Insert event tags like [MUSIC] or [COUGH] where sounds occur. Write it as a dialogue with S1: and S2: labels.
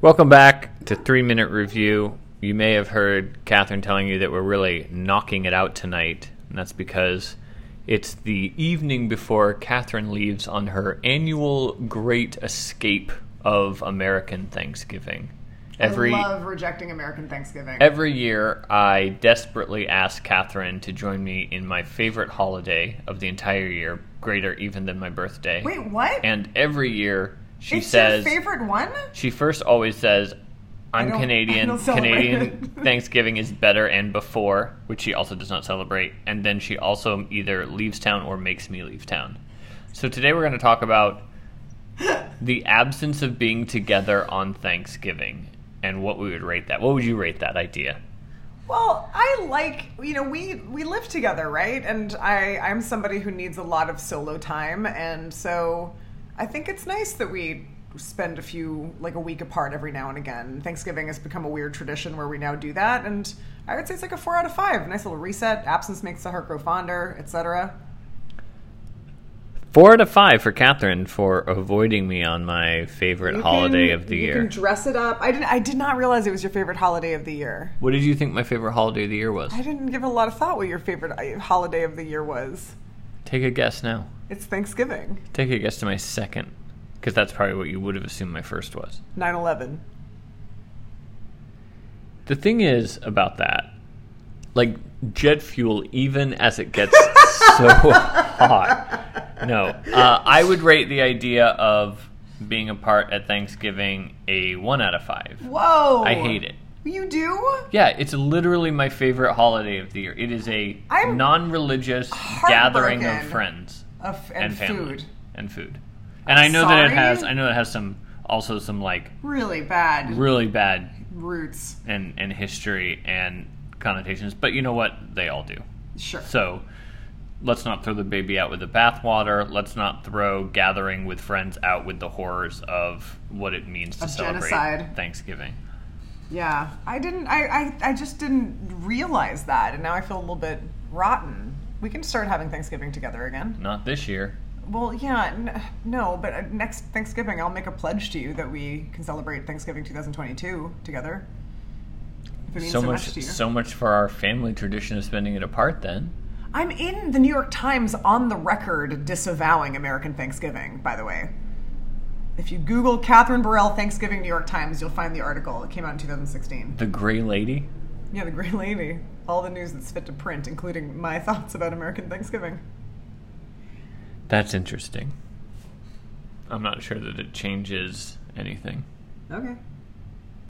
S1: Welcome back to Three Minute Review. You may have heard Catherine telling you that we're really knocking it out tonight, and that's because it's the evening before Catherine leaves on her annual great escape of American Thanksgiving. Every
S2: I love rejecting American Thanksgiving.
S1: Every year, I desperately ask Catherine to join me in my favorite holiday of the entire year, greater even than my birthday.
S2: Wait, what?
S1: And every year, she
S2: it's
S1: says,
S2: your favorite one?
S1: she first always says, I'm
S2: don't- I
S1: Canadian.
S2: don't celebrate
S1: Canadian
S2: it." [LAUGHS]
S1: [LAUGHS] Thanksgiving is better and before, which she also does not celebrate. And then she also either leaves town or makes me leave town. So today we're going to
S2: [LAUGHS]
S1: talk about the absence of being together on Thanksgiving and what we would rate that. What would you rate that idea?
S2: Well, I like you know we we live together, right? And I I'm somebody who needs a lot of solo time, and so I think it's nice that we spend a few like a week apart every now and again. Thanksgiving has become a weird tradition where we now do that, and I would say it's like a four out of five. Nice little reset. Absence makes the heart grow fonder, etc.
S1: Four out of five for Catherine for avoiding me on my favorite
S2: You
S1: holiday
S2: can-
S1: of the
S2: you
S1: year.
S2: can dress it up. I didn't. I did not realize it was your favorite holiday of the year.
S1: what did you think my favorite holiday of the year was?
S2: I didn't give it a lot of thought what your favorite i- holiday of the year was.
S1: Take a guess now.
S2: It's Thanksgiving,
S1: Take a guess to my second, because that's probably what you would have assumed my first was.
S2: 9 11.
S1: The thing is about that, like jet fuel, even as it gets so hot. No, uh, I would rate the idea of being apart at Thanksgiving a one out of five.
S2: Whoa!
S1: I hate it.
S2: You do?
S1: Yeah, it's literally my favorite holiday of the year. It is a
S2: I'm
S1: non-religious gathering of
S2: heartbroken.
S1: friends
S2: Of, and,
S1: and, family
S2: food.
S1: and food. And i know that it
S2: sorry?
S1: has. I know it has some also some like
S2: Really bad
S1: really bad
S2: roots.
S1: and and history and connotations. But you know what? They all do.
S2: Sure.
S1: So let's not throw the baby out with the bathwater. Let's not throw gathering with friends out with the horrors of what it means to
S2: Of
S1: celebrate
S2: genocide.
S1: Thanksgiving.
S2: yeah. I didn't, I, I, I just didn't realize that, and now I feel a little bit rotten. We can start having Thanksgiving together again.
S1: Not this year.
S2: Well, yeah, n- no, but uh, next Thanksgiving, I'll make a pledge to you that we can celebrate Thanksgiving 2022 together. If it means
S1: so
S2: so,
S1: much,
S2: to you.
S1: so much for our family tradition of spending it apart. Then
S2: I'm in the New York Times on the record disavowing American Thanksgiving, by the way. If you Google Catherine Burrell Thanksgiving New York Times, you'll find the article. It came out in 2016.
S1: the Gray Lady.
S2: Yeah, the great lady. All the news that's fit to print, including my [LAUGHS] thoughts about American Thanksgiving.
S1: That's interesting. I'm not sure that it changes anything.
S2: Okay.